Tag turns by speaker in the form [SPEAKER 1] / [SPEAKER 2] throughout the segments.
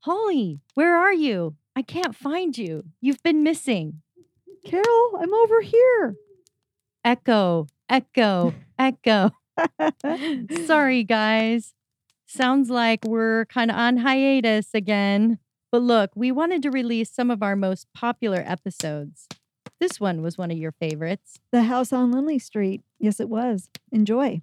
[SPEAKER 1] Holly, where are you? I can't find you. You've been missing.
[SPEAKER 2] Carol, I'm over here.
[SPEAKER 1] Echo, echo, echo. Sorry, guys. Sounds like we're kind of on hiatus again. But look, we wanted to release some of our most popular episodes. This one was one of your favorites.
[SPEAKER 2] The house on Lindley Street. Yes, it was. Enjoy.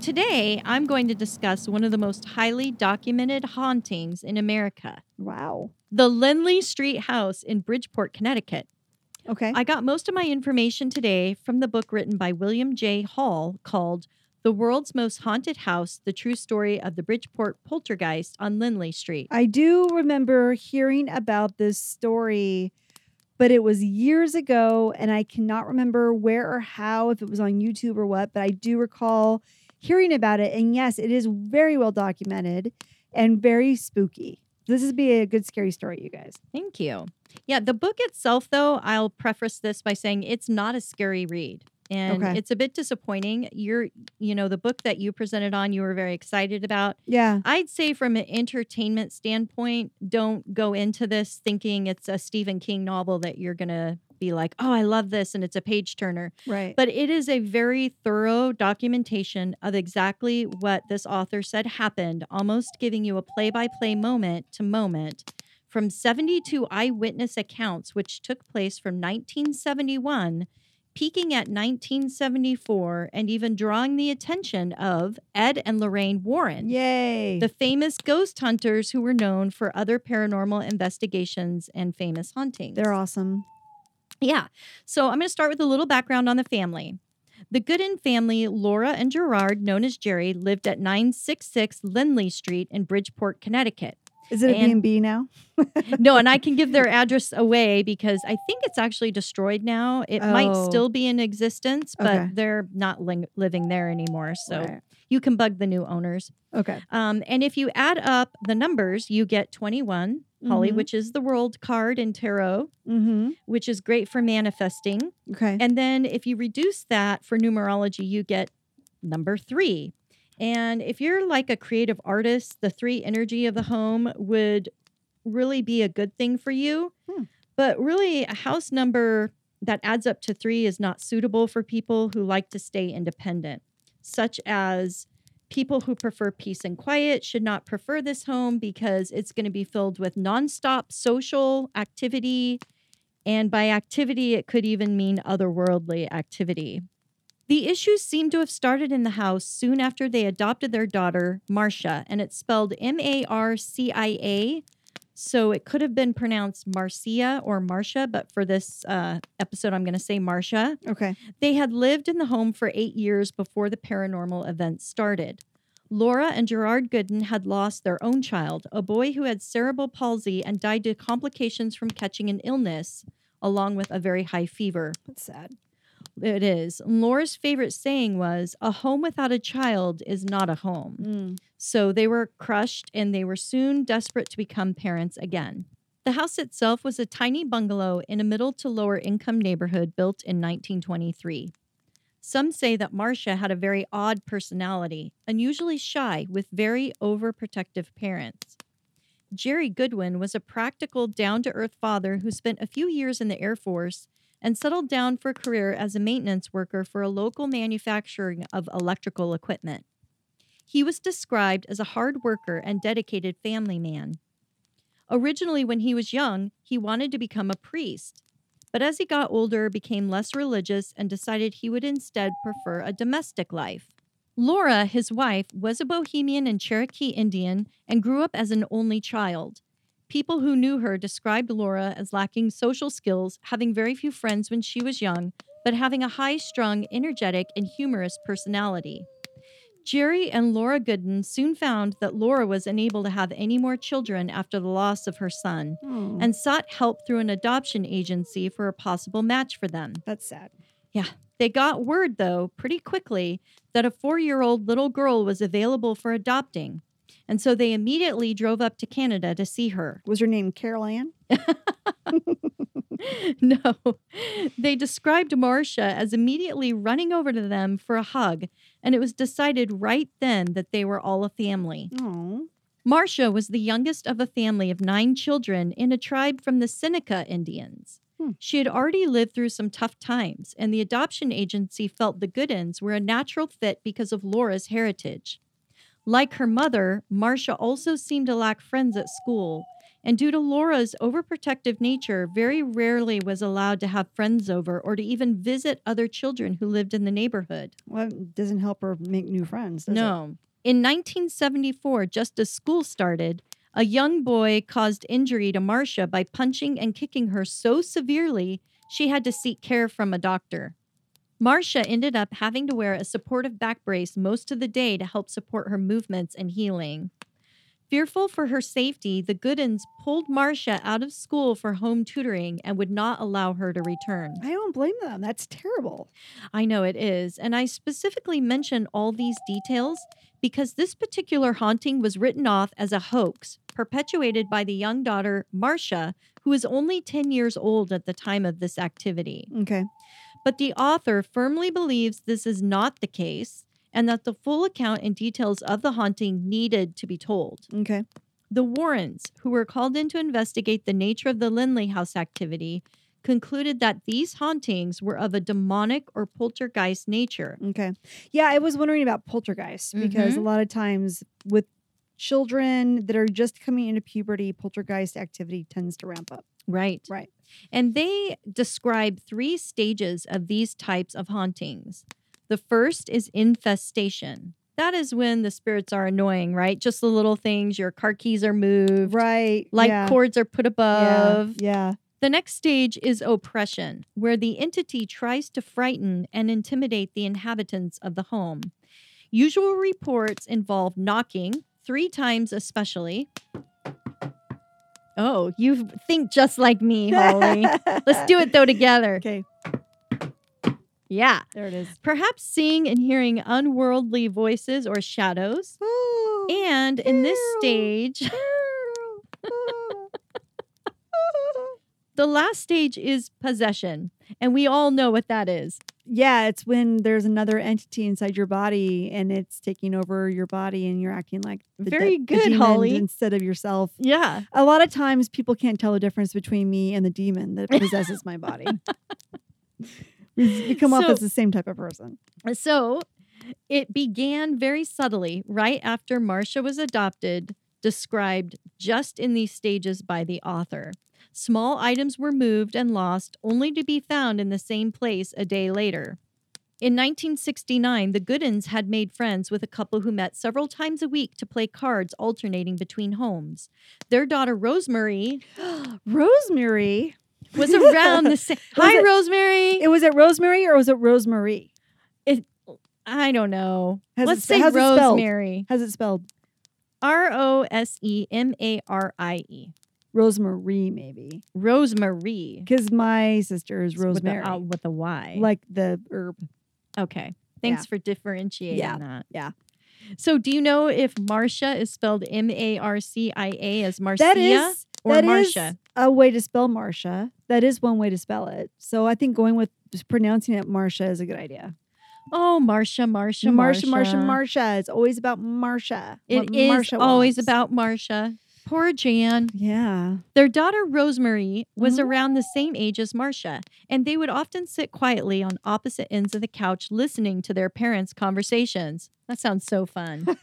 [SPEAKER 1] Today, I'm going to discuss one of the most highly documented hauntings in America
[SPEAKER 2] Wow.
[SPEAKER 1] the Lindley Street House in Bridgeport, Connecticut.
[SPEAKER 2] Okay.
[SPEAKER 1] I got most of my information today from the book written by William J. Hall called The World's Most Haunted House The True Story of the Bridgeport Poltergeist on Lindley Street.
[SPEAKER 2] I do remember hearing about this story, but it was years ago, and I cannot remember where or how, if it was on YouTube or what, but I do recall hearing about it. And yes, it is very well documented and very spooky. This is be a good scary story, you guys.
[SPEAKER 1] Thank you. Yeah, the book itself, though, I'll preface this by saying it's not a scary read. And
[SPEAKER 2] Okay.
[SPEAKER 1] it's a bit disappointing. You're, you know, the book that you presented on, you were very excited about.
[SPEAKER 2] Yeah.
[SPEAKER 1] I'd say from an entertainment standpoint, don't go into this thinking it's a Stephen King novel that you're going to be like, oh, I love this and it's a page turner.
[SPEAKER 2] Right.
[SPEAKER 1] But it is a very thorough documentation of exactly what this author said happened, almost giving you a play by play moment to moment from 72 eyewitness accounts, which took place from 1971, peaking at 1974, and even drawing the attention of Ed and Lorraine Warren.
[SPEAKER 2] Yay.
[SPEAKER 1] The famous ghost hunters who were known for other paranormal investigations and famous hauntings.
[SPEAKER 2] They're awesome.
[SPEAKER 1] Yeah. So I'm going to start with a little background on the family. The Gooden family, Laura and Gerard, known as Jerry, lived at 966 Lindley Street in Bridgeport, Connecticut.
[SPEAKER 2] Is it a
[SPEAKER 1] And-
[SPEAKER 2] B&B now?
[SPEAKER 1] No, and I can give their address away because I think it's actually destroyed now. It might
[SPEAKER 2] Oh.
[SPEAKER 1] still be in existence, but
[SPEAKER 2] Okay.
[SPEAKER 1] they're not ling- living there anymore. So
[SPEAKER 2] Right.
[SPEAKER 1] you can bug the new owners.
[SPEAKER 2] Okay.
[SPEAKER 1] Um, and if you add up the numbers, you get 21, Holly,
[SPEAKER 2] Mhm.
[SPEAKER 1] which is the world card in tarot,
[SPEAKER 2] Mm-hmm.
[SPEAKER 1] which is great for manifesting.
[SPEAKER 2] Okay.
[SPEAKER 1] And then if you reduce that for numerology, you get number three. And if you're like a creative artist, the three energy of the home would really be a good thing for you.
[SPEAKER 2] Hmm.
[SPEAKER 1] But really, a house number that adds up to three is not suitable for people who like to stay independent, such as people who prefer peace and quiet should not prefer this home because it's going to be filled with nonstop social activity. And by activity, it could even mean otherworldly activity. The issues seem to have started in the house soon after they adopted their daughter, Marcia, and it's spelled M A R C I A. So it could have been pronounced Marcia or Marcia, but for this uh, episode, I'm going to say Marcia.
[SPEAKER 2] okay.
[SPEAKER 1] They had lived in the home for eight years before the paranormal events started. Laura and Gerard Gooden had lost their own child, a boy who had cerebral palsy and died to complications from catching an illness, along with a very high fever.
[SPEAKER 2] That's sad.
[SPEAKER 1] It is. Laura's favorite saying was, A home without a child is not a home.
[SPEAKER 2] Mm.
[SPEAKER 1] So they were crushed and they were soon desperate to become parents again. The house itself was a tiny bungalow in a middle to lower income neighborhood built in 1923. Some say that Marcia had a very odd personality, unusually shy, with very overprotective parents. Jerry Goodwin was a practical, down to earth father who spent a few years in the Air Force and settled down for a career as a maintenance worker for a local manufacturing of electrical equipment. He was described as a hard worker and dedicated family man. Originally, when he was young, he wanted to become a priest, but as he got older, became less religious and decided he would instead prefer a domestic life. Laura, his wife, was a Bohemian and Cherokee Indian and grew up as an only child. People who knew her described Laura as lacking social skills, having very few friends when she was young, but having a high strung, energetic, and humorous personality. Jerry and Laura Gooden soon found that Laura was unable to have any more children after the loss of her son
[SPEAKER 2] Hmm.
[SPEAKER 1] and sought help through an adoption agency for a possible match for them.
[SPEAKER 2] that's sad.
[SPEAKER 1] They got word, though, pretty quickly that a four year old little girl was available for adopting. And so they immediately drove up to Canada to see her.
[SPEAKER 2] Was her name Carol Ann?
[SPEAKER 1] no, they described Marcia as immediately running over to them for a hug, and it was decided right then that they were all a family.
[SPEAKER 2] Oh,
[SPEAKER 1] Marcia was the youngest of a family of nine children in a tribe from the Seneca Indians.
[SPEAKER 2] Hmm.
[SPEAKER 1] She had already lived through some tough times, and the adoption agency felt the Goodens were a natural fit because of Laura's heritage. Like her mother, Marcia also seemed to lack friends at school, and due to Laura's overprotective nature, very rarely was allowed to have friends over or to even visit other children who lived in the neighborhood.
[SPEAKER 2] well, it doesn't help her make new friends. Does It?
[SPEAKER 1] No. In 1974, just as school started, a young boy caused injury to Marcia by punching and kicking her so severely she had to seek care from a doctor. Marcia ended up having to wear a supportive back brace most of the day to help support her movements and healing. Fearful for her safety, the Goodens pulled Marcia out of school for home tutoring and would not allow her to return.
[SPEAKER 2] I don't blame them. That's terrible.
[SPEAKER 1] I know it is. And I specifically mention all these details because this particular haunting was written off as a hoax perpetuated by the young daughter, Marcia, who was only 10 years old at the time of this activity.
[SPEAKER 2] Okay.
[SPEAKER 1] But the author firmly believes this is not the case and that the full account and details of the haunting needed to be told.
[SPEAKER 2] Okay.
[SPEAKER 1] The Warrens, who were called in to investigate the nature of the Lindley House activity, concluded that these hauntings were of a demonic or poltergeist nature.
[SPEAKER 2] Okay. Mm-hmm. Yeah, I was wondering about poltergeists because a lot of times with children that are just coming into puberty, poltergeist activity tends to ramp up.
[SPEAKER 1] Right.
[SPEAKER 2] Right.
[SPEAKER 1] And they describe three stages of these types of hauntings. The first is infestation. That is when the spirits are annoying, right? Just the little things, your car keys are moved,
[SPEAKER 2] Right.
[SPEAKER 1] light
[SPEAKER 2] yeah.
[SPEAKER 1] cords are put above.
[SPEAKER 2] Yeah.
[SPEAKER 1] The next stage is oppression, where the entity tries to frighten and intimidate the inhabitants of the home. Usual reports involve knocking, three times especially. Oh, you think just like me,
[SPEAKER 2] yeah.
[SPEAKER 1] Holly. Let's do it though together.
[SPEAKER 2] Okay.
[SPEAKER 1] Yeah.
[SPEAKER 2] There it is.
[SPEAKER 1] Perhaps seeing and hearing unworldly voices or shadows. And in this
[SPEAKER 2] Ew.
[SPEAKER 1] stage, the last stage is possession. And we all know what that is.
[SPEAKER 2] yeah, it's when there's another entity inside your body and it's taking over your body and you're acting like the de-
[SPEAKER 1] Very
[SPEAKER 2] the
[SPEAKER 1] good,
[SPEAKER 2] demon
[SPEAKER 1] Holly.
[SPEAKER 2] instead of yourself.
[SPEAKER 1] Yeah.
[SPEAKER 2] A lot of times people can't tell the difference between me and the demon that possesses my body. We come off
[SPEAKER 1] So-
[SPEAKER 2] as the same type of person.
[SPEAKER 1] So it began very subtly right after Marcia was adopted, described just in these stages by the author. Small items were moved and lost, only to be found in the same place a day later. In 1969, the Goodens had made friends with a couple who met several times a week to play cards alternating between homes. Their daughter Rosemary
[SPEAKER 2] Rosemary.
[SPEAKER 1] was around the same.
[SPEAKER 2] Was
[SPEAKER 1] Hi,
[SPEAKER 2] it-
[SPEAKER 1] Rosemary.
[SPEAKER 2] It was it Rosemary or was it Rosemary?
[SPEAKER 1] I don't know.
[SPEAKER 2] How's it
[SPEAKER 1] Let's
[SPEAKER 2] spe-
[SPEAKER 1] say
[SPEAKER 2] how's it spelled?
[SPEAKER 1] Rosemary.
[SPEAKER 2] How's it spelled?
[SPEAKER 1] R O S E M A R I E.
[SPEAKER 2] Rosemary, maybe.
[SPEAKER 1] Rosemary.
[SPEAKER 2] Because my sister is
[SPEAKER 1] It's with a-
[SPEAKER 2] Rosemary.
[SPEAKER 1] uh, With a Y.
[SPEAKER 2] like the herb.
[SPEAKER 1] okay. Thanks for differentiating
[SPEAKER 2] Yeah,
[SPEAKER 1] that.
[SPEAKER 2] yeah.
[SPEAKER 1] So, do you know if Marcia is spelled M A R C I A as Marcia
[SPEAKER 2] That is
[SPEAKER 1] or
[SPEAKER 2] that is
[SPEAKER 1] Marcia?
[SPEAKER 2] a way to spell Marcia. That is one way to spell it. So I think going with just pronouncing it Marcia is a good idea.
[SPEAKER 1] Oh, Marcia, Marcia,
[SPEAKER 2] Marcia,
[SPEAKER 1] Marcia,
[SPEAKER 2] Marcia, Marcia. It's always about Marcia.
[SPEAKER 1] It
[SPEAKER 2] what
[SPEAKER 1] is
[SPEAKER 2] Marcia
[SPEAKER 1] always
[SPEAKER 2] wants.
[SPEAKER 1] about Marcia. Poor Jan.
[SPEAKER 2] Yeah.
[SPEAKER 1] Their daughter Rosemary was
[SPEAKER 2] Mhm.
[SPEAKER 1] around the same age as Marcia, and they would often sit quietly on opposite ends of the couch listening to their parents' conversations. That sounds so fun.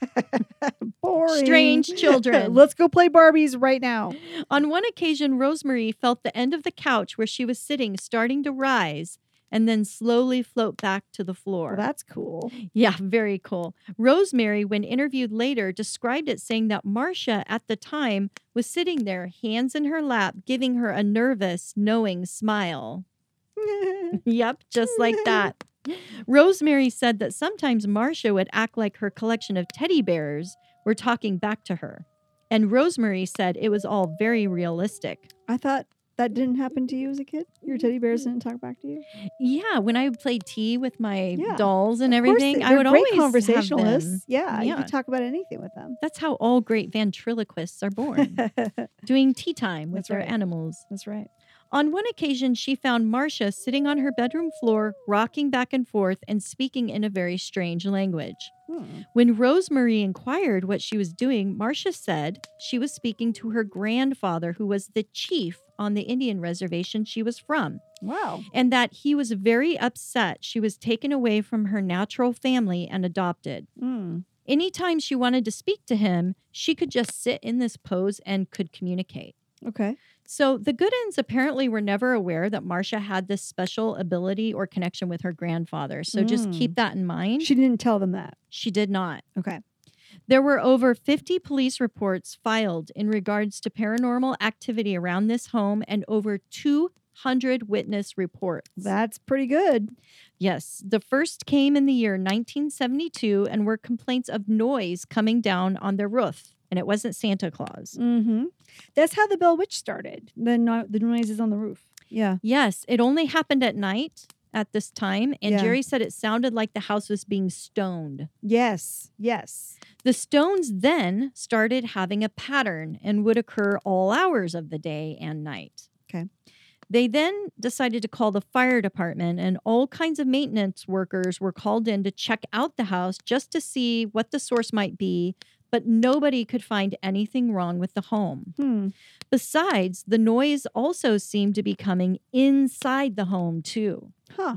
[SPEAKER 2] Boring.
[SPEAKER 1] Strange children.
[SPEAKER 2] Let's go play Barbies right now.
[SPEAKER 1] on one occasion, Rosemary felt the end of the couch where she was sitting starting to rise and then slowly float back to the floor.
[SPEAKER 2] Well, that's cool.
[SPEAKER 1] Yeah, very cool. Rosemary, when interviewed later, described it saying that Marcia at the time was sitting there, hands in her lap, giving her a nervous, knowing smile. Yep, just like that. Rosemary said that sometimes Marcia would act like her collection of teddy bears were talking back to her. And Rosemary said it was all very realistic.
[SPEAKER 2] I thought that didn't happen to you as a kid. Your teddy bears didn't talk back to you.
[SPEAKER 1] Yeah, when I played tea with my
[SPEAKER 2] Yeah.
[SPEAKER 1] dolls and
[SPEAKER 2] Of course
[SPEAKER 1] everything,
[SPEAKER 2] they-
[SPEAKER 1] I
[SPEAKER 2] they're
[SPEAKER 1] would
[SPEAKER 2] great
[SPEAKER 1] always
[SPEAKER 2] conversationalists.
[SPEAKER 1] Have them.
[SPEAKER 2] Yeah, you
[SPEAKER 1] Yeah.
[SPEAKER 2] could talk about anything with them.
[SPEAKER 1] That's how all great ventriloquists are born, doing tea time with
[SPEAKER 2] That's
[SPEAKER 1] their
[SPEAKER 2] right.
[SPEAKER 1] animals.
[SPEAKER 2] That's right.
[SPEAKER 1] On one occasion, she found Marcia sitting on her bedroom floor, rocking back and forth and speaking in a very strange language.
[SPEAKER 2] Hmm.
[SPEAKER 1] When Rosemary inquired what she was doing, Marcia said she was speaking to her grandfather, who was the chief on the Indian reservation she was from,
[SPEAKER 2] Wow.
[SPEAKER 1] and that he was very upset she was taken away from her natural family and adopted.
[SPEAKER 2] Hmm.
[SPEAKER 1] Anytime she wanted to speak to him, she could just sit in this pose and could communicate.
[SPEAKER 2] Okay.
[SPEAKER 1] So the Goodens apparently were never aware that Marcia had this special ability or connection with her grandfather. So just
[SPEAKER 2] Mm.
[SPEAKER 1] keep that in mind. She,
[SPEAKER 2] She didn't tell them that.
[SPEAKER 1] did not.
[SPEAKER 2] Okay.
[SPEAKER 1] There were over 50 police reports filed in regards to paranormal activity around this home and over 200 witness reports.
[SPEAKER 2] That's pretty good.
[SPEAKER 1] yes, the first came in the year 1972 and were complaints of noise coming down on their roof. And it wasn't Santa Claus.
[SPEAKER 2] Mm-hmm. That's how the Bell Witch started. The no- the noises on the roof. Yeah.
[SPEAKER 1] Yes, it only happened at night at this time. And
[SPEAKER 2] Yeah.
[SPEAKER 1] Jerry said it sounded like the house was being stoned.
[SPEAKER 2] Yes. Yes.
[SPEAKER 1] The stones then started having a pattern and would occur all hours of the day and night.
[SPEAKER 2] Okay.
[SPEAKER 1] They then decided to call the fire department, and all kinds of maintenance workers were called in to check out the house just to see what the source might be, but nobody could find anything wrong with the home.
[SPEAKER 2] Hmm.
[SPEAKER 1] Besides, the noise also seemed to be coming inside the home, too.
[SPEAKER 2] Huh.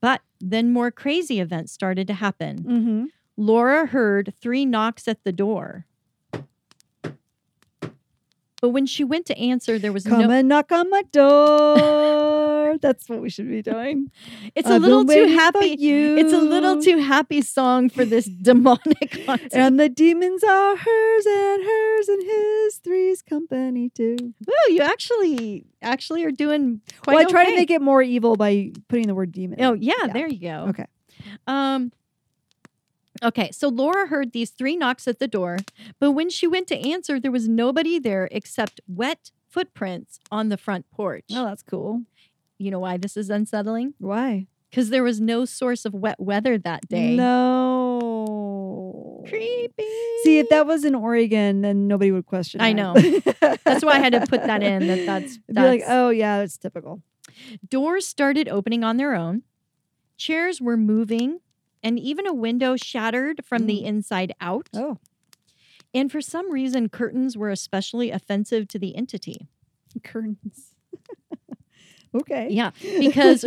[SPEAKER 1] But then more crazy events started to happen.
[SPEAKER 2] Mm-hmm.
[SPEAKER 1] Laura heard three knocks at the door. But when she went to answer, there was
[SPEAKER 2] Come
[SPEAKER 1] no.
[SPEAKER 2] and knock on my door. That's what we should be doing.
[SPEAKER 1] It's a
[SPEAKER 2] I've been
[SPEAKER 1] little too
[SPEAKER 2] waiting for
[SPEAKER 1] happy.
[SPEAKER 2] You.
[SPEAKER 1] It's a little too happy song for this demonic content.
[SPEAKER 2] And the demons are hers and hers and his. Three's company too.
[SPEAKER 1] Ooh, you actually actually are doing quite.
[SPEAKER 2] well, I try
[SPEAKER 1] okay.
[SPEAKER 2] to make it more evil by putting the word demon.
[SPEAKER 1] Oh
[SPEAKER 2] in.
[SPEAKER 1] yeah, there you go.
[SPEAKER 2] Okay.
[SPEAKER 1] Um Okay, so Laura heard these three knocks at the door, but when she went to answer, there was nobody there except wet footprints on the front porch.
[SPEAKER 2] Oh, that's cool.
[SPEAKER 1] You know why this is unsettling?
[SPEAKER 2] Why?
[SPEAKER 1] Because there was no source of wet weather that day.
[SPEAKER 2] No.
[SPEAKER 1] Creepy.
[SPEAKER 2] See, if that was in Oregon, then nobody would question.
[SPEAKER 1] I
[SPEAKER 2] it.
[SPEAKER 1] know. That's why I had to put that in, that that's-
[SPEAKER 2] It'd be like,
[SPEAKER 1] that's-
[SPEAKER 2] oh yeah, it's typical.
[SPEAKER 1] Doors started opening on their own, chairs were moving, and even a window shattered from the inside out.
[SPEAKER 2] Mm. Oh,
[SPEAKER 1] And for some reason, curtains were especially offensive to the entity.
[SPEAKER 2] Oh, curtains. okay.
[SPEAKER 1] Yeah, because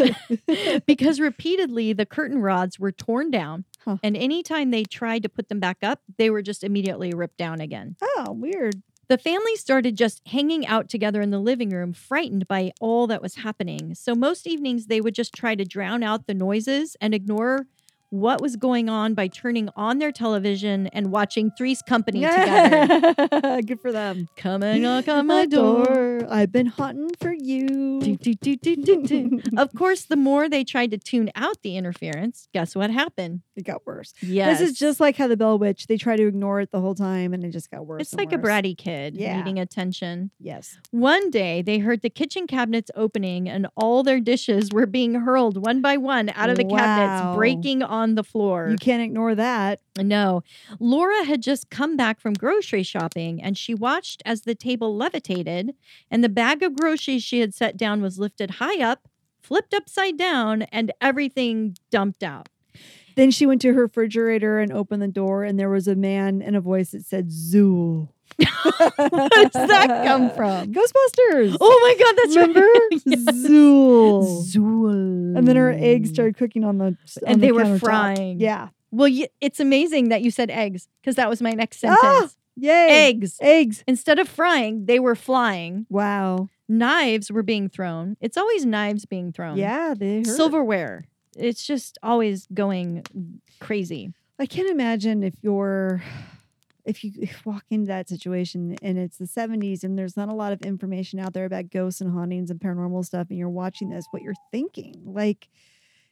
[SPEAKER 1] because repeatedly the curtain rods were torn down,
[SPEAKER 2] Huh.
[SPEAKER 1] and anytime they tried to put them back up, they were just immediately ripped down again.
[SPEAKER 2] oh, weird.
[SPEAKER 1] The family started just hanging out together in the living room, frightened by all that was happening. So most evenings they would just try to drown out the noises and ignore what was going on by turning on their television and watching Three's Company together.
[SPEAKER 2] Good for them.
[SPEAKER 1] Come and knock on my door.
[SPEAKER 2] I've been hunting for
[SPEAKER 1] Do,
[SPEAKER 2] you.
[SPEAKER 1] do, do, do, do, do. Of course, the more they tried to tune out the interference, guess what happened?
[SPEAKER 2] it got worse.
[SPEAKER 1] Yes.
[SPEAKER 2] This is just like how the Bell Witch, they try to ignore it the whole time and it just got worse.
[SPEAKER 1] It's
[SPEAKER 2] and
[SPEAKER 1] like a
[SPEAKER 2] worse.
[SPEAKER 1] bratty kid
[SPEAKER 2] Yeah.
[SPEAKER 1] needing attention.
[SPEAKER 2] Yes.
[SPEAKER 1] One day, they heard the kitchen cabinets opening and all their dishes were being hurled one by one out of the
[SPEAKER 2] Wow.
[SPEAKER 1] cabinets, breaking on the floor.
[SPEAKER 2] You can't ignore that.
[SPEAKER 1] No. Laura had just come back from grocery shopping and she watched as the table levitated and the bag of groceries she had set down was lifted high up, flipped upside down, and everything dumped out.
[SPEAKER 2] Then she went to her refrigerator and opened the door, and there was a man and a voice that said "Zool." Where
[SPEAKER 1] does that come from?
[SPEAKER 2] Ghostbusters.
[SPEAKER 1] Oh my God, that's right.
[SPEAKER 2] remember Zool.
[SPEAKER 1] Zool.
[SPEAKER 2] And then her eggs started cooking on the on
[SPEAKER 1] And
[SPEAKER 2] the
[SPEAKER 1] they were
[SPEAKER 2] countertop.
[SPEAKER 1] frying.
[SPEAKER 2] Yeah.
[SPEAKER 1] Well, you, it's amazing that you said eggs because that was my next sentence.
[SPEAKER 2] Ah! Yay.
[SPEAKER 1] Eggs.
[SPEAKER 2] Eggs.
[SPEAKER 1] Instead of frying, they were flying.
[SPEAKER 2] Wow.
[SPEAKER 1] Knives were being thrown. It's always knives being thrown.
[SPEAKER 2] Yeah, they hurt.
[SPEAKER 1] Silverware. It's just always going crazy.
[SPEAKER 2] I can't imagine if you're if you walk into that situation and it's the 70s and there's not a lot of information out there about ghosts and hauntings and paranormal stuff and you're watching this what you're thinking like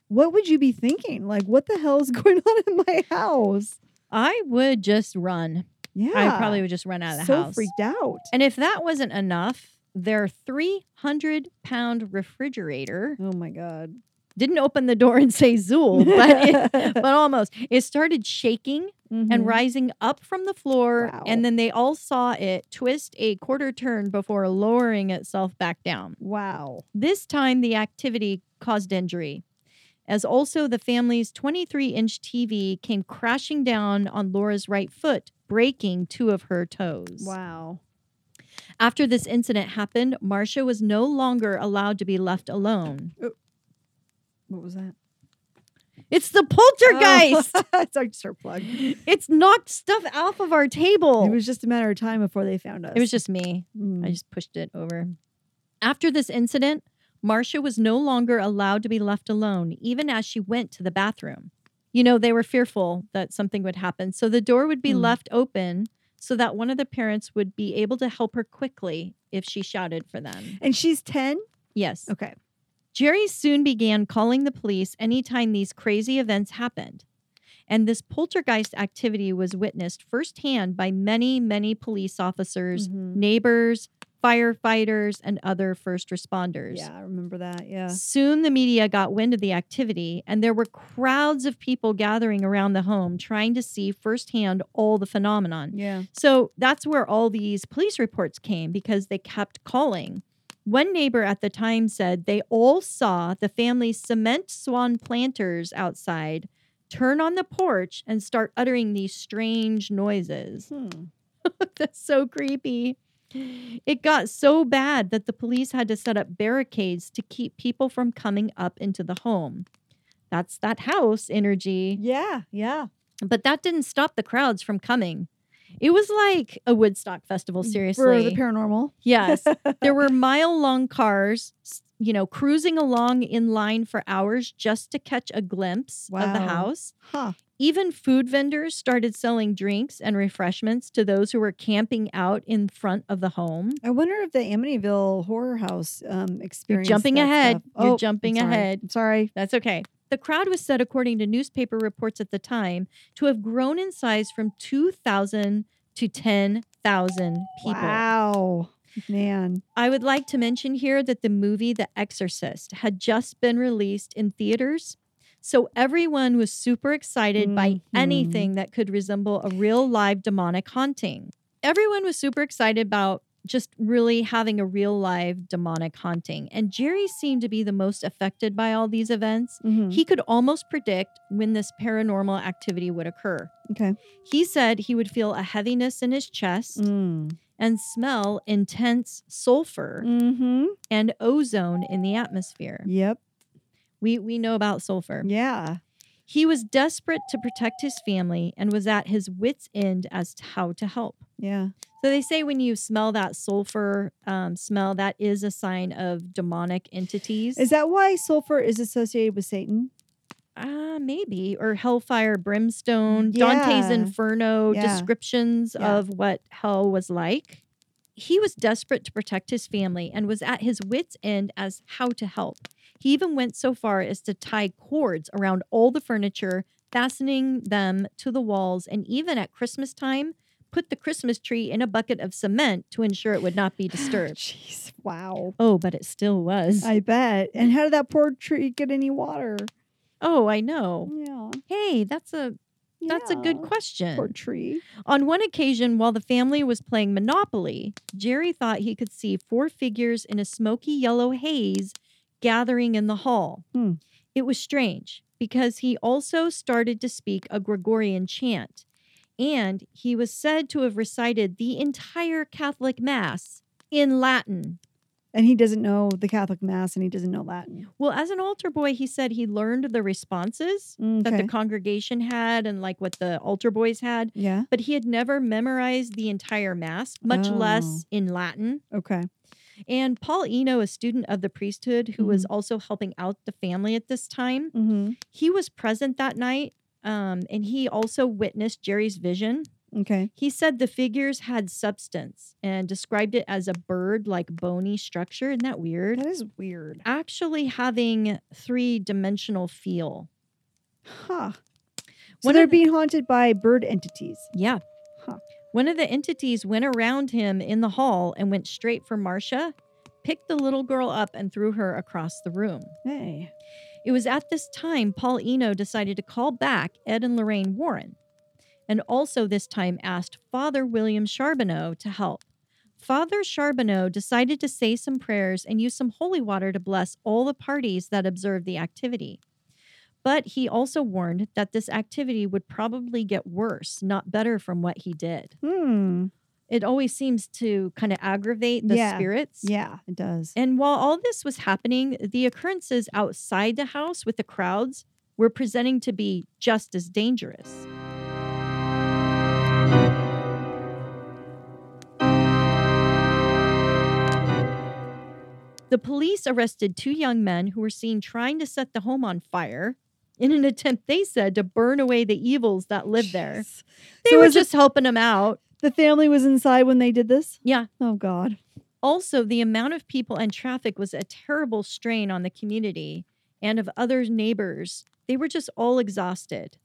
[SPEAKER 2] what would you be thinking? Like, what the hell is going on in my house?
[SPEAKER 1] I would just run.
[SPEAKER 2] Yeah.
[SPEAKER 1] I probably would just run out of the
[SPEAKER 2] so
[SPEAKER 1] house.
[SPEAKER 2] freaked out.
[SPEAKER 1] And if that wasn't enough, their 300 pound refrigerator
[SPEAKER 2] Oh my God.
[SPEAKER 1] didn't open the door and say Zool, but, it, but almost. It started shaking and
[SPEAKER 2] Mhm.
[SPEAKER 1] rising up from the floor.
[SPEAKER 2] Wow.
[SPEAKER 1] And then they all saw it twist a quarter turn before lowering itself back down.
[SPEAKER 2] Wow.
[SPEAKER 1] This time, the activity caused injury, as also the family's 23 inch TV came crashing down on Laura's right foot, breaking two of her toes.
[SPEAKER 2] Wow.
[SPEAKER 1] After this incident happened, Marcia was no longer allowed to be left alone.
[SPEAKER 2] What was that?
[SPEAKER 1] It's the poltergeist!
[SPEAKER 2] Oh. it's our stir plug.
[SPEAKER 1] it's knocked stuff off of our table.
[SPEAKER 2] It was just a matter of time before they found us.
[SPEAKER 1] Oh. it was just me.
[SPEAKER 2] Mm.
[SPEAKER 1] I just pushed it over. After this incident, Marcia was no longer allowed to be left alone, even as she went to the bathroom. You know, they were fearful that something would happen. So the door would be
[SPEAKER 2] Hmm.
[SPEAKER 1] left open so that one of the parents would be able to help her quickly if she shouted for them.
[SPEAKER 2] and she's 10?
[SPEAKER 1] Yes.
[SPEAKER 2] Okay.
[SPEAKER 1] Jerry soon began calling the police anytime these crazy events happened. And this poltergeist activity was witnessed firsthand by many, many police officers,
[SPEAKER 2] Mhm.
[SPEAKER 1] neighbors, firefighters, and other first responders.
[SPEAKER 2] Yeah, I remember that. Yeah.
[SPEAKER 1] Soon the media got wind of the activity, and there were crowds of people gathering around the home trying to see firsthand all the phenomenon.
[SPEAKER 2] Yeah.
[SPEAKER 1] So that's where all these police reports came because they kept calling. One neighbor at the time said they all saw the family's cement swan planters outside turn on the porch and start uttering these strange noises.
[SPEAKER 2] Hmm.
[SPEAKER 1] That's so creepy. It got so bad that the police had to set up barricades to keep people from coming up into the home. That's that house energy.
[SPEAKER 2] Yeah. Yeah.
[SPEAKER 1] But that didn't stop the crowds from coming. It was like a Woodstock festival,
[SPEAKER 2] For the
[SPEAKER 1] seriously.
[SPEAKER 2] paranormal.
[SPEAKER 1] yes. There were mile long cars, s- you know, cruising along in line for hours just to catch a glimpse of the
[SPEAKER 2] Wow.
[SPEAKER 1] house.
[SPEAKER 2] Huh.
[SPEAKER 1] Even food vendors started selling drinks and refreshments to those who were camping out in front of the home.
[SPEAKER 2] I wonder if the Amityville horror house um experience.
[SPEAKER 1] jumping ahead. You're jumping
[SPEAKER 2] Oh, sorry.
[SPEAKER 1] ahead.
[SPEAKER 2] I'm sorry.
[SPEAKER 1] That's okay. The crowd was said, according to newspaper reports at the time, to have grown in size from 2,000 to 10,000 people.
[SPEAKER 2] Wow. Man.
[SPEAKER 1] I would like to mention here that the movie The Exorcist had just been released in theaters. So everyone was super excited by
[SPEAKER 2] Mhm.
[SPEAKER 1] anything that could resemble a real live demonic haunting. Everyone was super excited about just really having a real live demonic haunting. And Jerry seemed to be the most affected by all these events.
[SPEAKER 2] Mhm.
[SPEAKER 1] He could almost predict when this paranormal activity would occur.
[SPEAKER 2] Okay.
[SPEAKER 1] He said he would feel a heaviness in his chest
[SPEAKER 2] Mm.
[SPEAKER 1] and smell intense sulfur
[SPEAKER 2] Mm-hmm.
[SPEAKER 1] and ozone in the atmosphere.
[SPEAKER 2] Yep.
[SPEAKER 1] We, we know about sulfur.
[SPEAKER 2] Yeah.
[SPEAKER 1] He was desperate to protect his family and was at his wits' end as to how to help.
[SPEAKER 2] Yeah.
[SPEAKER 1] So they say when you smell that sulfur um, smell, that is a sign of demonic entities.
[SPEAKER 2] Is that why sulfur is associated with Satan?
[SPEAKER 1] Ah, maybe or hellfire, brimstone, Dante's
[SPEAKER 2] Mm, Yeah.
[SPEAKER 1] Inferno
[SPEAKER 2] Yeah.
[SPEAKER 1] descriptions
[SPEAKER 2] Yeah.
[SPEAKER 1] of what hell was like. He was desperate to protect his family and was at his wits' end as how to help. He even went so far as to tie cords around all the furniture, fastening them to the walls, and even at Christmas time, put the Christmas tree in a bucket of cement to ensure it would not be disturbed.
[SPEAKER 2] Jeez. Wow.
[SPEAKER 1] oh, but it still was.
[SPEAKER 2] I bet. And how did that poor tree get any water?
[SPEAKER 1] oh, I know.
[SPEAKER 2] Yeah.
[SPEAKER 1] Hey, that's a that's a good
[SPEAKER 2] Yeah.
[SPEAKER 1] question.
[SPEAKER 2] Poor tree.
[SPEAKER 1] On one occasion, while the family was playing Monopoly, Jerry thought he could see four figures in a smoky yellow haze gathering in the hall.
[SPEAKER 2] Hmm.
[SPEAKER 1] It was strange because he also started to speak a Gregorian chant, and he was said to have recited the entire Catholic Mass in Latin.
[SPEAKER 2] And he doesn't know the Catholic Mass and he doesn't know Latin.
[SPEAKER 1] Well, as an altar boy, he said he learned the responses that
[SPEAKER 2] Okay.
[SPEAKER 1] the congregation had and like what the altar boys had.
[SPEAKER 2] yeah.
[SPEAKER 1] but he had never memorized the entire mass, much less in Latin.
[SPEAKER 2] Okay.
[SPEAKER 1] And Paul Eno, a student of the priesthood who was also helping out the family at this time,
[SPEAKER 2] Mm-hmm.
[SPEAKER 1] he was present that night. Um, and he also witnessed Jerry's vision.
[SPEAKER 2] Okay.
[SPEAKER 1] He said the figures had substance and described it as a bird like bony structure. Isn't that weird?
[SPEAKER 2] That is weird.
[SPEAKER 1] Actually, having three dimensional feel.
[SPEAKER 2] Huh. So
[SPEAKER 1] One
[SPEAKER 2] they're
[SPEAKER 1] of the-
[SPEAKER 2] being haunted by bird entities.
[SPEAKER 1] Yeah.
[SPEAKER 2] Huh.
[SPEAKER 1] One of the entities went around him in the hall and went straight for Marcia, picked the little girl up, and threw her across the room.
[SPEAKER 2] Hey.
[SPEAKER 1] It was at this time Paul Eno decided to call back Ed and Lorraine Warren, and also this time asked Father William Charbonneau to help. Father Charbonneau decided to say some prayers and use some holy water to bless all the parties that observed the activity. But he also warned that this activity would probably get worse, not better from what he did.
[SPEAKER 2] Hmm.
[SPEAKER 1] It always seems to kind of aggravate the
[SPEAKER 2] Yeah.
[SPEAKER 1] spirits.
[SPEAKER 2] Yeah, it does.
[SPEAKER 1] And while all this was happening, the occurrences outside the house with the crowds were presenting to be just as dangerous. The police arrested two young men who were seen trying to set the home on fire in an attempt, they said, to burn away the evils that lived there.
[SPEAKER 2] Jeez.
[SPEAKER 1] They
[SPEAKER 2] So
[SPEAKER 1] were
[SPEAKER 2] was it-
[SPEAKER 1] just helping them out.
[SPEAKER 2] The family was inside when they did this?
[SPEAKER 1] Yeah.
[SPEAKER 2] Oh, God.
[SPEAKER 1] Also, the amount of people and traffic was a terrible strain on the community and of other neighbors. They were just all exhausted.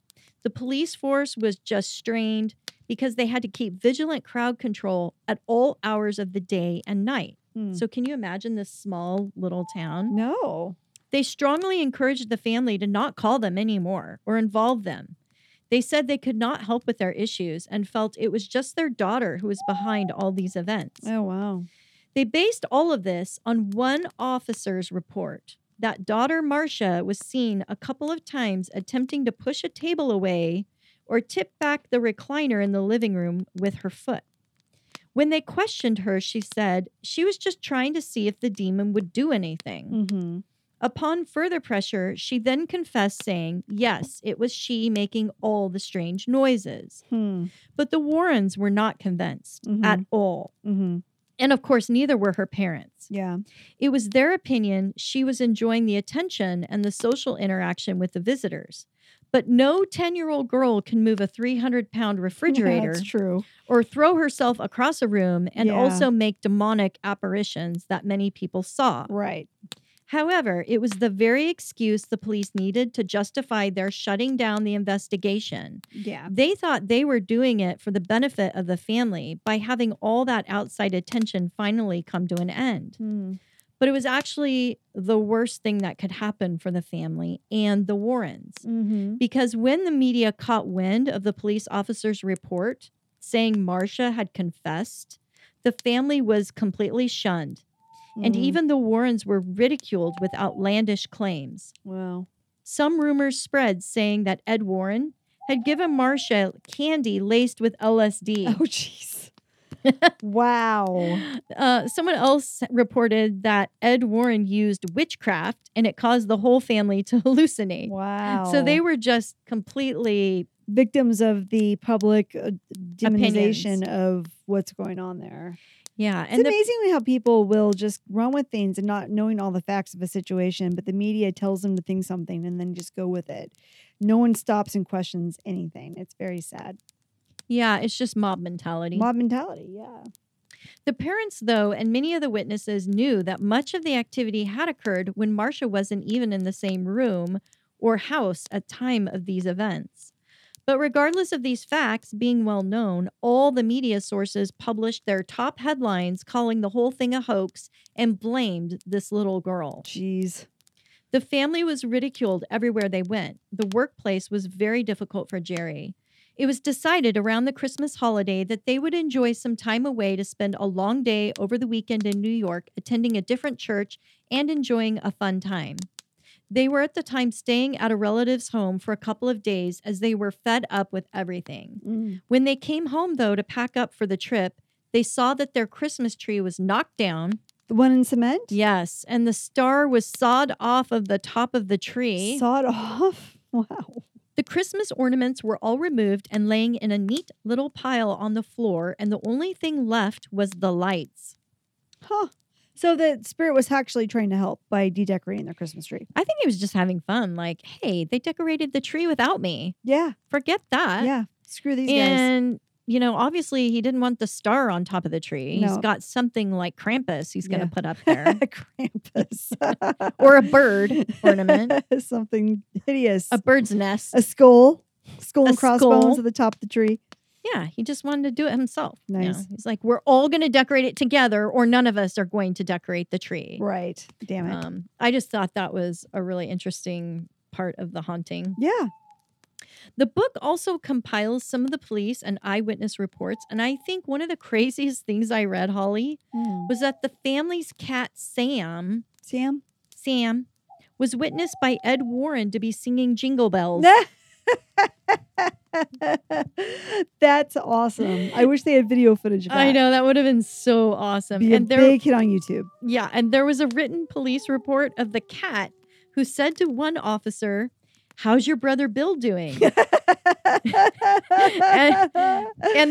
[SPEAKER 1] The police force was just strained because they had to keep vigilant crowd control at all hours of the day and night.
[SPEAKER 2] Hmm.
[SPEAKER 1] So, can you imagine this small little town?
[SPEAKER 2] No.
[SPEAKER 1] They strongly encouraged the family to not call them anymore or involve them. They said they could not help with their issues and felt it was just their daughter who was behind all these events.
[SPEAKER 2] Oh, wow.
[SPEAKER 1] They based all of this on one officer's report that daughter Marcia was seen a couple of times attempting to push a table away or tip back the recliner in the living room with her foot. When they questioned her, she said she was just trying to see if the demon would do anything.
[SPEAKER 2] Mm-hmm.
[SPEAKER 1] Upon further pressure, she then confessed, saying, Yes, it was she making all the strange noises.
[SPEAKER 2] Hmm.
[SPEAKER 1] But the Warrens were not convinced
[SPEAKER 2] Mhm.
[SPEAKER 1] at all.
[SPEAKER 2] Mm-hmm.
[SPEAKER 1] And of course, neither were her parents.
[SPEAKER 2] Yeah.
[SPEAKER 1] It was their opinion she was enjoying the attention and the social interaction with the visitors. But no 10 year old girl can move a 300 pound refrigerator
[SPEAKER 2] That's true.
[SPEAKER 1] or throw herself across a room and
[SPEAKER 2] Yeah.
[SPEAKER 1] also make demonic apparitions that many people saw.
[SPEAKER 2] Right.
[SPEAKER 1] However, it was the very excuse the police needed to justify their shutting down the investigation.
[SPEAKER 2] Yeah.
[SPEAKER 1] They thought they were doing it for the benefit of the family by having all that outside attention finally come to an end.
[SPEAKER 2] Hmm.
[SPEAKER 1] But it was actually the worst thing that could happen for the family and the Warrens.
[SPEAKER 2] Mm-hmm.
[SPEAKER 1] Because when the media caught wind of the police officer's report saying Marcia had confessed, the family was completely shunned.
[SPEAKER 2] Mm.
[SPEAKER 1] And even the Warrens were ridiculed with outlandish claims.
[SPEAKER 2] Wow.
[SPEAKER 1] Some rumors spread saying that Ed Warren had given Marcia candy laced with LSD.
[SPEAKER 2] Oh, jeez. wow.
[SPEAKER 1] Uh, someone else reported that Ed Warren used witchcraft and it caused the whole family to hallucinate.
[SPEAKER 2] Wow.
[SPEAKER 1] So they were just completely,
[SPEAKER 2] victims of the public uh, demonization
[SPEAKER 1] Opinions.
[SPEAKER 2] of what's going on there.
[SPEAKER 1] yeah.
[SPEAKER 2] It's
[SPEAKER 1] And the,
[SPEAKER 2] amazing how people will just run with things and not knowing all the facts of a situation, but the media tells them to think something and then just go with it. No one stops and questions anything. It's very sad.
[SPEAKER 1] yeah, it's just mob mentality.
[SPEAKER 2] Mob mentality, yeah.
[SPEAKER 1] the parents, though, and many of the witnesses knew that much of the activity had occurred when Marcia wasn't even in the same room or house at time of these events. But regardless of these facts being well known, all the media sources published their top headlines calling the whole thing a hoax and blamed this little girl.
[SPEAKER 2] Jeez.
[SPEAKER 1] The family was ridiculed everywhere they went. The workplace was very difficult for Jerry. It was decided around the Christmas holiday that they would enjoy some time away to spend a long day over the weekend in New York, attending a different church and enjoying a fun time. They were at the time staying at a relative's home for a couple of days as they were fed up with everything.
[SPEAKER 2] Mm.
[SPEAKER 1] When they came home, though, to pack up for the trip, they saw that their Christmas tree was knocked down
[SPEAKER 2] The one in cement?
[SPEAKER 1] Yes, and the star was sawed off of the top of the tree.
[SPEAKER 2] Sawed off. Wow.
[SPEAKER 1] the Christmas ornaments were all removed and laying in a neat little pile on the floor, and the only thing left was the lights.
[SPEAKER 2] Huh. So the spirit was actually trying to help by dedecorating their Christmas tree.
[SPEAKER 1] I think he was just having fun. Like, hey, they decorated the tree without me.
[SPEAKER 2] Yeah.
[SPEAKER 1] Forget that.
[SPEAKER 2] Yeah. Screw these guys.
[SPEAKER 1] and you know, obviously he didn't want the star on top of the tree. He's
[SPEAKER 2] No.
[SPEAKER 1] got something like Krampus he's going
[SPEAKER 2] Yeah.
[SPEAKER 1] to put up there
[SPEAKER 2] Krampus.
[SPEAKER 1] or a bird ornament,
[SPEAKER 2] Something hideous.
[SPEAKER 1] a
[SPEAKER 2] A,
[SPEAKER 1] bird's nest.
[SPEAKER 2] skull. Skull
[SPEAKER 1] A
[SPEAKER 2] and crossbones
[SPEAKER 1] skull.
[SPEAKER 2] at the top of the tree.
[SPEAKER 1] Yeah, he just wanted to do it himself. you know.
[SPEAKER 2] Nice.
[SPEAKER 1] He's like, we're all going to decorate it together, or none of us are going to decorate the tree.
[SPEAKER 2] Right. Damn it.
[SPEAKER 1] Um, I just thought that was a really interesting part of the haunting.
[SPEAKER 2] yeah.
[SPEAKER 1] The book also compiles some of the police and eyewitness reports. And I think one of the craziest things I read, Holly,
[SPEAKER 2] Mm.
[SPEAKER 1] was that the family's cat, Sam,
[SPEAKER 2] Sam.
[SPEAKER 1] Sam, was witnessed by Ed Warren to be singing jingle bells.
[SPEAKER 2] That's awesome. I wish they had video footage of that.
[SPEAKER 1] I know that would have been so awesome.
[SPEAKER 2] Be a
[SPEAKER 1] and there
[SPEAKER 2] big hit on YouTube.
[SPEAKER 1] Yeah, and there was a written police report of the cat who said to one officer, How's your brother Bill doing?
[SPEAKER 2] and,
[SPEAKER 1] and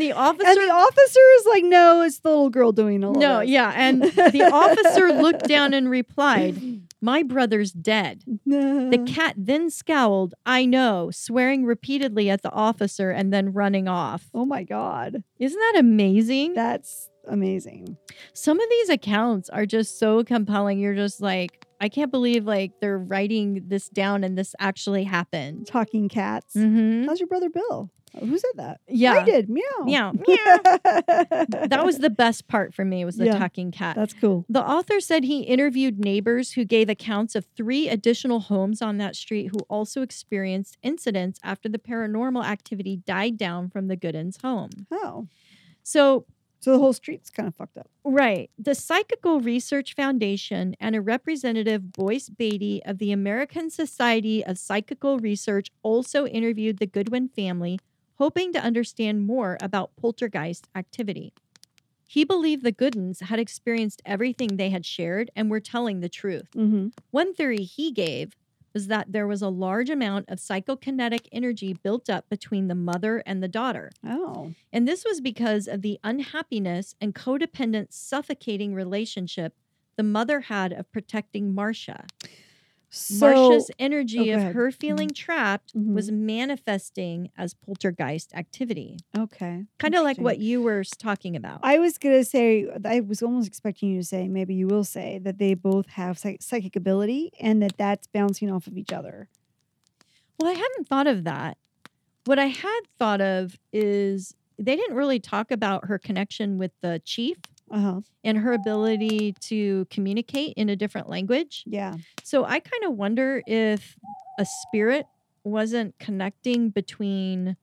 [SPEAKER 1] the officer
[SPEAKER 2] the officer is like, no, it's the little girl doing all
[SPEAKER 1] No,
[SPEAKER 2] of this."
[SPEAKER 1] yeah, and the officer looked down and replied, My brother's dead. The
[SPEAKER 2] No.
[SPEAKER 1] cat then scowled, I know, swearing repeatedly at the officer and then running off.
[SPEAKER 2] oh my God.
[SPEAKER 1] Isn't that amazing?
[SPEAKER 2] That's amazing.
[SPEAKER 1] Some of these accounts are just so compelling. You're just like, I can't believe like they're writing this down and this actually happened.
[SPEAKER 2] Talking cats.
[SPEAKER 1] Mm-hmm.
[SPEAKER 2] How's your brother Bill? Who said that? I
[SPEAKER 1] Yeah.
[SPEAKER 2] did. Meow.
[SPEAKER 1] Yeah. that
[SPEAKER 2] that
[SPEAKER 1] was the best part for me was the
[SPEAKER 2] Yeah.
[SPEAKER 1] talking cat.
[SPEAKER 2] That's cool.
[SPEAKER 1] the author said he interviewed neighbors who gave accounts of three additional homes on that street who also experienced incidents after the paranormal activity died down from the Goodens home.
[SPEAKER 2] Oh.
[SPEAKER 1] So,
[SPEAKER 2] So the whole street's kind of fucked up.
[SPEAKER 1] right, the Psychical Research Foundation and a representative, Boyce Beatty of the American Society of Psychical Research, also interviewed the Goodwin family, hoping to understand more about poltergeist activity. He believed the Goodens had experienced everything they had shared and were telling the truth.
[SPEAKER 2] Mm-hmm.
[SPEAKER 1] One theory he gave was that there was a large amount of psychokinetic energy built up between the mother and the daughter.
[SPEAKER 2] Oh.
[SPEAKER 1] And this was because of the unhappiness and codependent, suffocating relationship the mother had of protecting Marcia.
[SPEAKER 2] So, oh,
[SPEAKER 1] Marcia's energy
[SPEAKER 2] go
[SPEAKER 1] of
[SPEAKER 2] ahead.
[SPEAKER 1] her feeling trapped
[SPEAKER 2] Mhm.
[SPEAKER 1] was manifesting as poltergeist activity,
[SPEAKER 2] okay.
[SPEAKER 1] kind of like
[SPEAKER 2] Interesting.
[SPEAKER 1] what you were s- talking about.
[SPEAKER 2] I was gonna say, I was almost expecting you to say, maybe you will say that they both have psych- psychic ability and that that's bouncing off of each other.
[SPEAKER 1] Well, I hadn't thought of that. What I had thought of is they didn't really talk about her connection with the chief
[SPEAKER 2] Uh huh.
[SPEAKER 1] and her ability to communicate in a different language.
[SPEAKER 2] Yeah.
[SPEAKER 1] So I kind of wonder if a spirit wasn't connecting between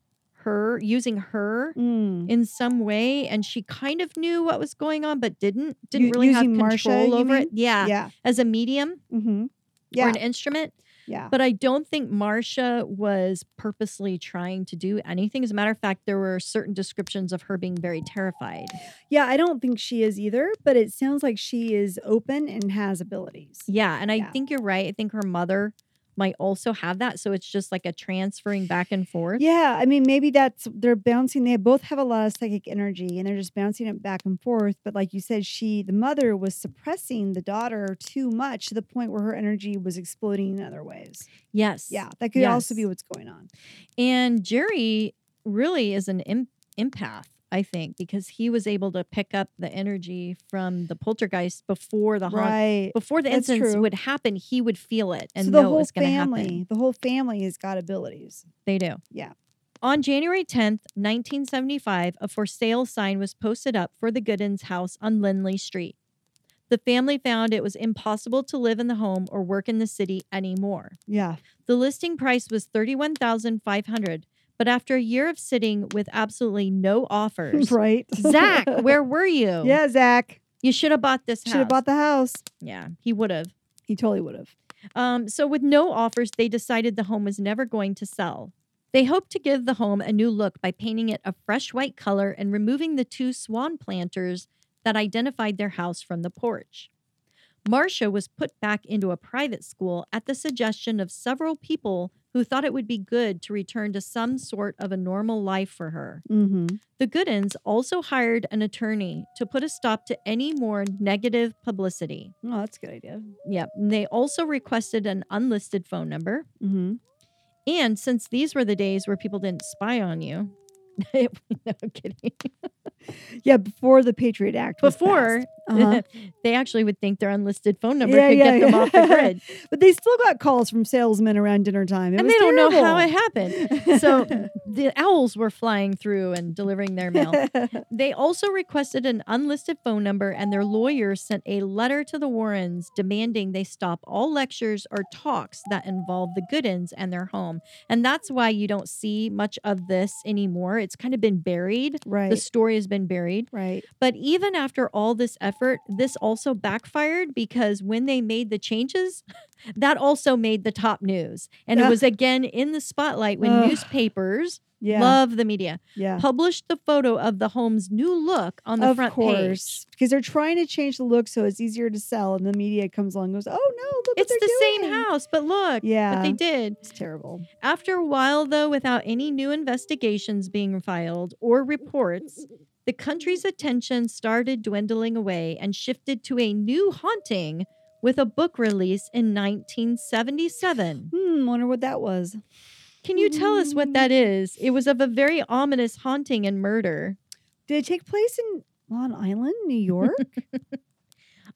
[SPEAKER 1] her, using her
[SPEAKER 2] Mm.
[SPEAKER 1] in some way, and she kind of knew what was going on, but didn't didn't
[SPEAKER 2] U-
[SPEAKER 1] really have
[SPEAKER 2] using
[SPEAKER 1] control
[SPEAKER 2] Marcia, you
[SPEAKER 1] over
[SPEAKER 2] mean?
[SPEAKER 1] it. Yeah,
[SPEAKER 2] Yeah.
[SPEAKER 1] as a medium
[SPEAKER 2] Mm-hmm.
[SPEAKER 1] or
[SPEAKER 2] Yeah.
[SPEAKER 1] an instrument.
[SPEAKER 2] Yeah.
[SPEAKER 1] But I don't think Marcia was purposely trying to do anything. As a matter of fact, there were certain descriptions of her being very terrified.
[SPEAKER 2] Yeah. I don't think she is either, but it sounds like she is open and has abilities.
[SPEAKER 1] Yeah, and I
[SPEAKER 2] Yeah.
[SPEAKER 1] think you're right. I think her mother might also have that. So it's just like a transferring back and forth.
[SPEAKER 2] Yeah, I mean, maybe that's they're bouncing. They both have a lot of psychic energy, and they're just bouncing it back and forth. But like you said, she, the mother, was suppressing the daughter too much to the point where her energy was exploding in other ways.
[SPEAKER 1] Yes.
[SPEAKER 2] Yeah, that could also be
[SPEAKER 1] Yes. Um,
[SPEAKER 2] Mm-hmm. Oh,
[SPEAKER 1] Mm-hmm. no I'm kidding.
[SPEAKER 2] Yeah, before the Patriot Act. was
[SPEAKER 1] Before
[SPEAKER 2] passed. Uh-huh.
[SPEAKER 1] they actually would think their unlisted phone number
[SPEAKER 2] Yeah,
[SPEAKER 1] could
[SPEAKER 2] yeah,
[SPEAKER 1] get them
[SPEAKER 2] yeah.
[SPEAKER 1] off the grid,
[SPEAKER 2] but they still got calls from salesmen around dinner time. It
[SPEAKER 1] and
[SPEAKER 2] was
[SPEAKER 1] they don't know how it
[SPEAKER 2] terrible.
[SPEAKER 1] happened. So the owls were flying through and delivering their mail. They also requested an unlisted phone number, and their lawyer sent a letter to the Warrens demanding they stop all lectures or talks that involve the Goodens and their home. And that's why you don't see much of this anymore. It's kind of been buried. The
[SPEAKER 2] right.
[SPEAKER 1] story has been buried.
[SPEAKER 2] Right.
[SPEAKER 1] But even after all this effort, this also backfired because when they made the changes, that also made the top news. And it
[SPEAKER 2] Ugh.
[SPEAKER 1] was again in the spotlight when
[SPEAKER 2] Ugh.
[SPEAKER 1] newspapers,
[SPEAKER 2] Yeah.
[SPEAKER 1] love the media,
[SPEAKER 2] yeah.
[SPEAKER 1] published the photo of the home's new look on the
[SPEAKER 2] of
[SPEAKER 1] front
[SPEAKER 2] course,
[SPEAKER 1] page.
[SPEAKER 2] because they're trying to change the look so it's easier to sell, and the media comes along and goes, "Oh no, look
[SPEAKER 1] It's
[SPEAKER 2] what
[SPEAKER 1] the
[SPEAKER 2] they're
[SPEAKER 1] same
[SPEAKER 2] doing."
[SPEAKER 1] house, but look
[SPEAKER 2] Yeah,
[SPEAKER 1] what they did.
[SPEAKER 2] it's terrible.
[SPEAKER 1] After a while, though, without any new investigations being filed or reports, the country's attention started dwindling away and shifted to a new haunting with a book release in 1977.
[SPEAKER 2] Hmm. Wonder what that was.
[SPEAKER 1] Can you tell us what that
[SPEAKER 2] Mm.
[SPEAKER 1] is? It was of a very ominous haunting and murder.
[SPEAKER 2] Did it take place in Long Island, New York?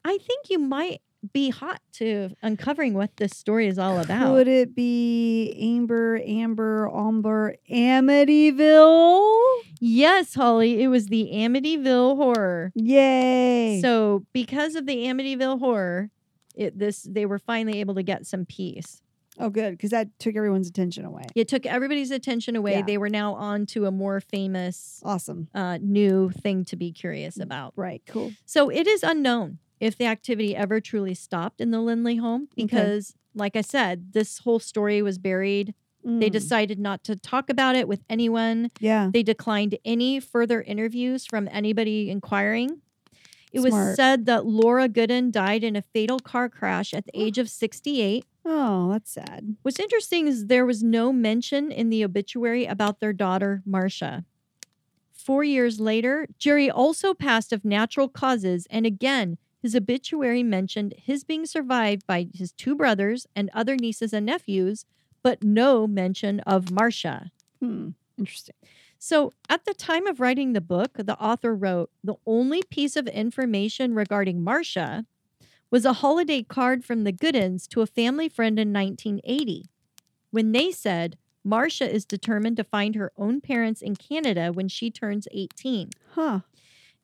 [SPEAKER 1] I think you might be hot to uncovering what this story is all about.
[SPEAKER 2] Would it be Amber, Amber, Amber, Amityville?
[SPEAKER 1] Yes, Holly, it was the Amityville horror.
[SPEAKER 2] Yay!
[SPEAKER 1] So, because of the Amityville horror, it, this they were finally able to get some peace.
[SPEAKER 2] oh, good, because that took everyone's attention away.
[SPEAKER 1] It took everybody's attention away.
[SPEAKER 2] Yeah.
[SPEAKER 1] They were now on to a more famous
[SPEAKER 2] Awesome.
[SPEAKER 1] uh, new thing to be curious
[SPEAKER 2] Mm.
[SPEAKER 1] about.
[SPEAKER 2] Right. Cool.
[SPEAKER 1] So, it is unknown if the activity ever truly stopped in the Lindley home
[SPEAKER 2] Okay.
[SPEAKER 1] because like I said, this whole story was buried. They
[SPEAKER 2] Mm,
[SPEAKER 1] decided not to talk about it with anyone.
[SPEAKER 2] Yeah.
[SPEAKER 1] They declined any further interviews from anybody inquiring. It was
[SPEAKER 2] Smart.
[SPEAKER 1] said that Laura Gooden died in a fatal car crash at the age of 68.
[SPEAKER 2] Oh, that's sad.
[SPEAKER 1] What's interesting is there was no mention in the obituary about their daughter, Marcia. Four years later, Jerry also passed of natural causes, and again, his obituary mentioned his being survived by his two brothers and other nieces and nephews, but no mention of Marcia.
[SPEAKER 2] Hmm. Interesting.
[SPEAKER 1] So, at the time of writing the book, the author wrote the only piece of information regarding Marcia was a holiday card from the Goodens to a family friend in 1980 when they said Marcia is determined to find her own parents in Canada when she turns 18.
[SPEAKER 2] Huh.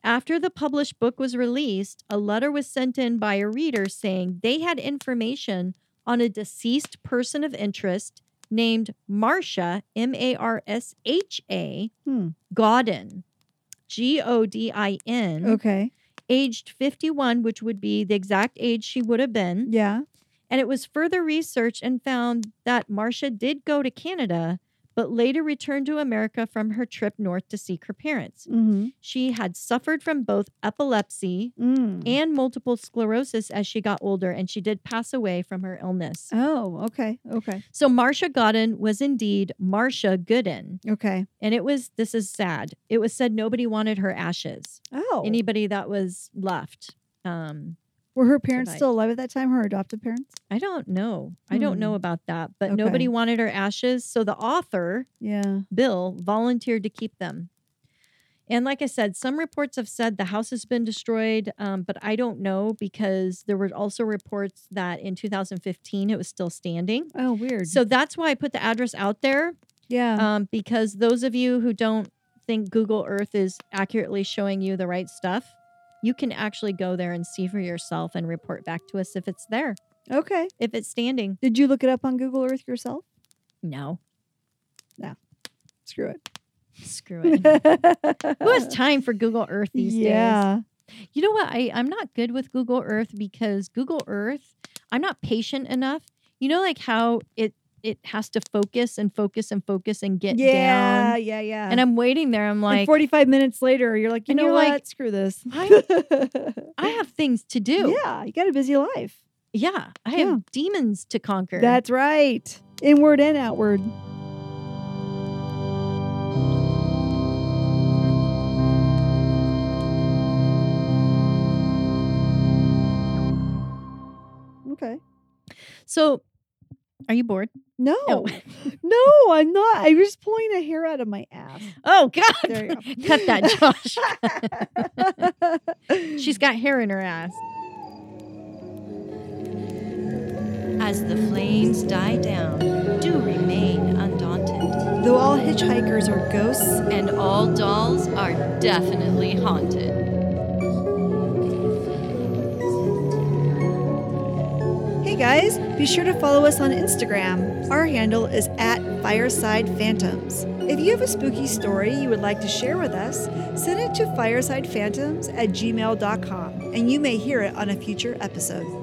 [SPEAKER 1] After the published book was released, a letter was sent in by a reader saying they had information on a deceased person of interest named Marcia, M A R S H A,
[SPEAKER 2] Hmm.
[SPEAKER 1] Godin, G O D I N,
[SPEAKER 2] Okay.
[SPEAKER 1] aged 51, which would be the exact age she would have been.
[SPEAKER 2] Yeah.
[SPEAKER 1] And it was further researched and found that Marcia did go to Canada, but later returned to America from her trip north to seek her parents.
[SPEAKER 2] Mm-hmm.
[SPEAKER 1] She had suffered from both epilepsy
[SPEAKER 2] Mm.
[SPEAKER 1] and multiple sclerosis as she got older, and she did pass away from her illness.
[SPEAKER 2] oh, okay. Okay.
[SPEAKER 1] So, Marcia Godden was indeed Marcia Gooden.
[SPEAKER 2] Okay.
[SPEAKER 1] And it was, this is sad. It was said nobody wanted her ashes,
[SPEAKER 2] Oh.
[SPEAKER 1] anybody that was left. Um,
[SPEAKER 2] Were her parents
[SPEAKER 1] Survived.
[SPEAKER 2] still alive at that time? Her adoptive parents?
[SPEAKER 1] I don't know. I don't know
[SPEAKER 2] Hmm.
[SPEAKER 1] about that, but
[SPEAKER 2] Okay.
[SPEAKER 1] nobody wanted her ashes. So, the author,
[SPEAKER 2] Yeah.
[SPEAKER 1] Bill volunteered to keep them. And like I said, some reports have said the house has been destroyed, um, but I don't know because there were also reports that in 2015 it was still standing.
[SPEAKER 2] Oh, weird.
[SPEAKER 1] So that's why I put the address out there
[SPEAKER 2] yeah.
[SPEAKER 1] um, because those of you who don't think Google Earth is accurately showing you the right stuff, you can actually go there and see for yourself and report back to us if it's there,
[SPEAKER 2] okay.
[SPEAKER 1] if it's standing.
[SPEAKER 2] Did you look it up on Google Earth yourself?
[SPEAKER 1] No,
[SPEAKER 2] Screw it.
[SPEAKER 1] screw it. Who has time for Google Earth these days?
[SPEAKER 2] yeah.
[SPEAKER 1] You know what? I, I'm not good with Google Earth because Google Earth, I'm not patient enough. You know, like how it it has to focus and focus and focus and get
[SPEAKER 2] yeah,
[SPEAKER 1] down.
[SPEAKER 2] yeah, yeah.
[SPEAKER 1] And I'm waiting there. I'm
[SPEAKER 2] and
[SPEAKER 1] like,
[SPEAKER 2] 45 minutes later, you're like, you
[SPEAKER 1] And
[SPEAKER 2] know
[SPEAKER 1] you're
[SPEAKER 2] what?
[SPEAKER 1] like,
[SPEAKER 2] Screw this.
[SPEAKER 1] I, I have things to do.
[SPEAKER 2] yeah, you got a busy life.
[SPEAKER 1] Yeah, I have
[SPEAKER 2] Yeah.
[SPEAKER 1] demons to conquer.
[SPEAKER 2] That's right. Inward and outward. Okay.
[SPEAKER 1] so Are you bored?
[SPEAKER 2] No,
[SPEAKER 1] No.
[SPEAKER 2] no, I'm not. I was pulling a hair out of my ass.
[SPEAKER 1] Oh God!
[SPEAKER 2] There you go.
[SPEAKER 1] Cut that, Josh. She's got hair in her ass. As the flames die down, do remain undaunted,
[SPEAKER 2] Though all hitchhikers are ghosts,
[SPEAKER 1] and all dolls are definitely haunted.
[SPEAKER 2] hey guys, be sure to follow us on Instagram. Our handle is at Fireside Phantoms. If you have a spooky story you would like to share with us, send it to firesidephantoms at gmail.com and you may hear it on a future episode.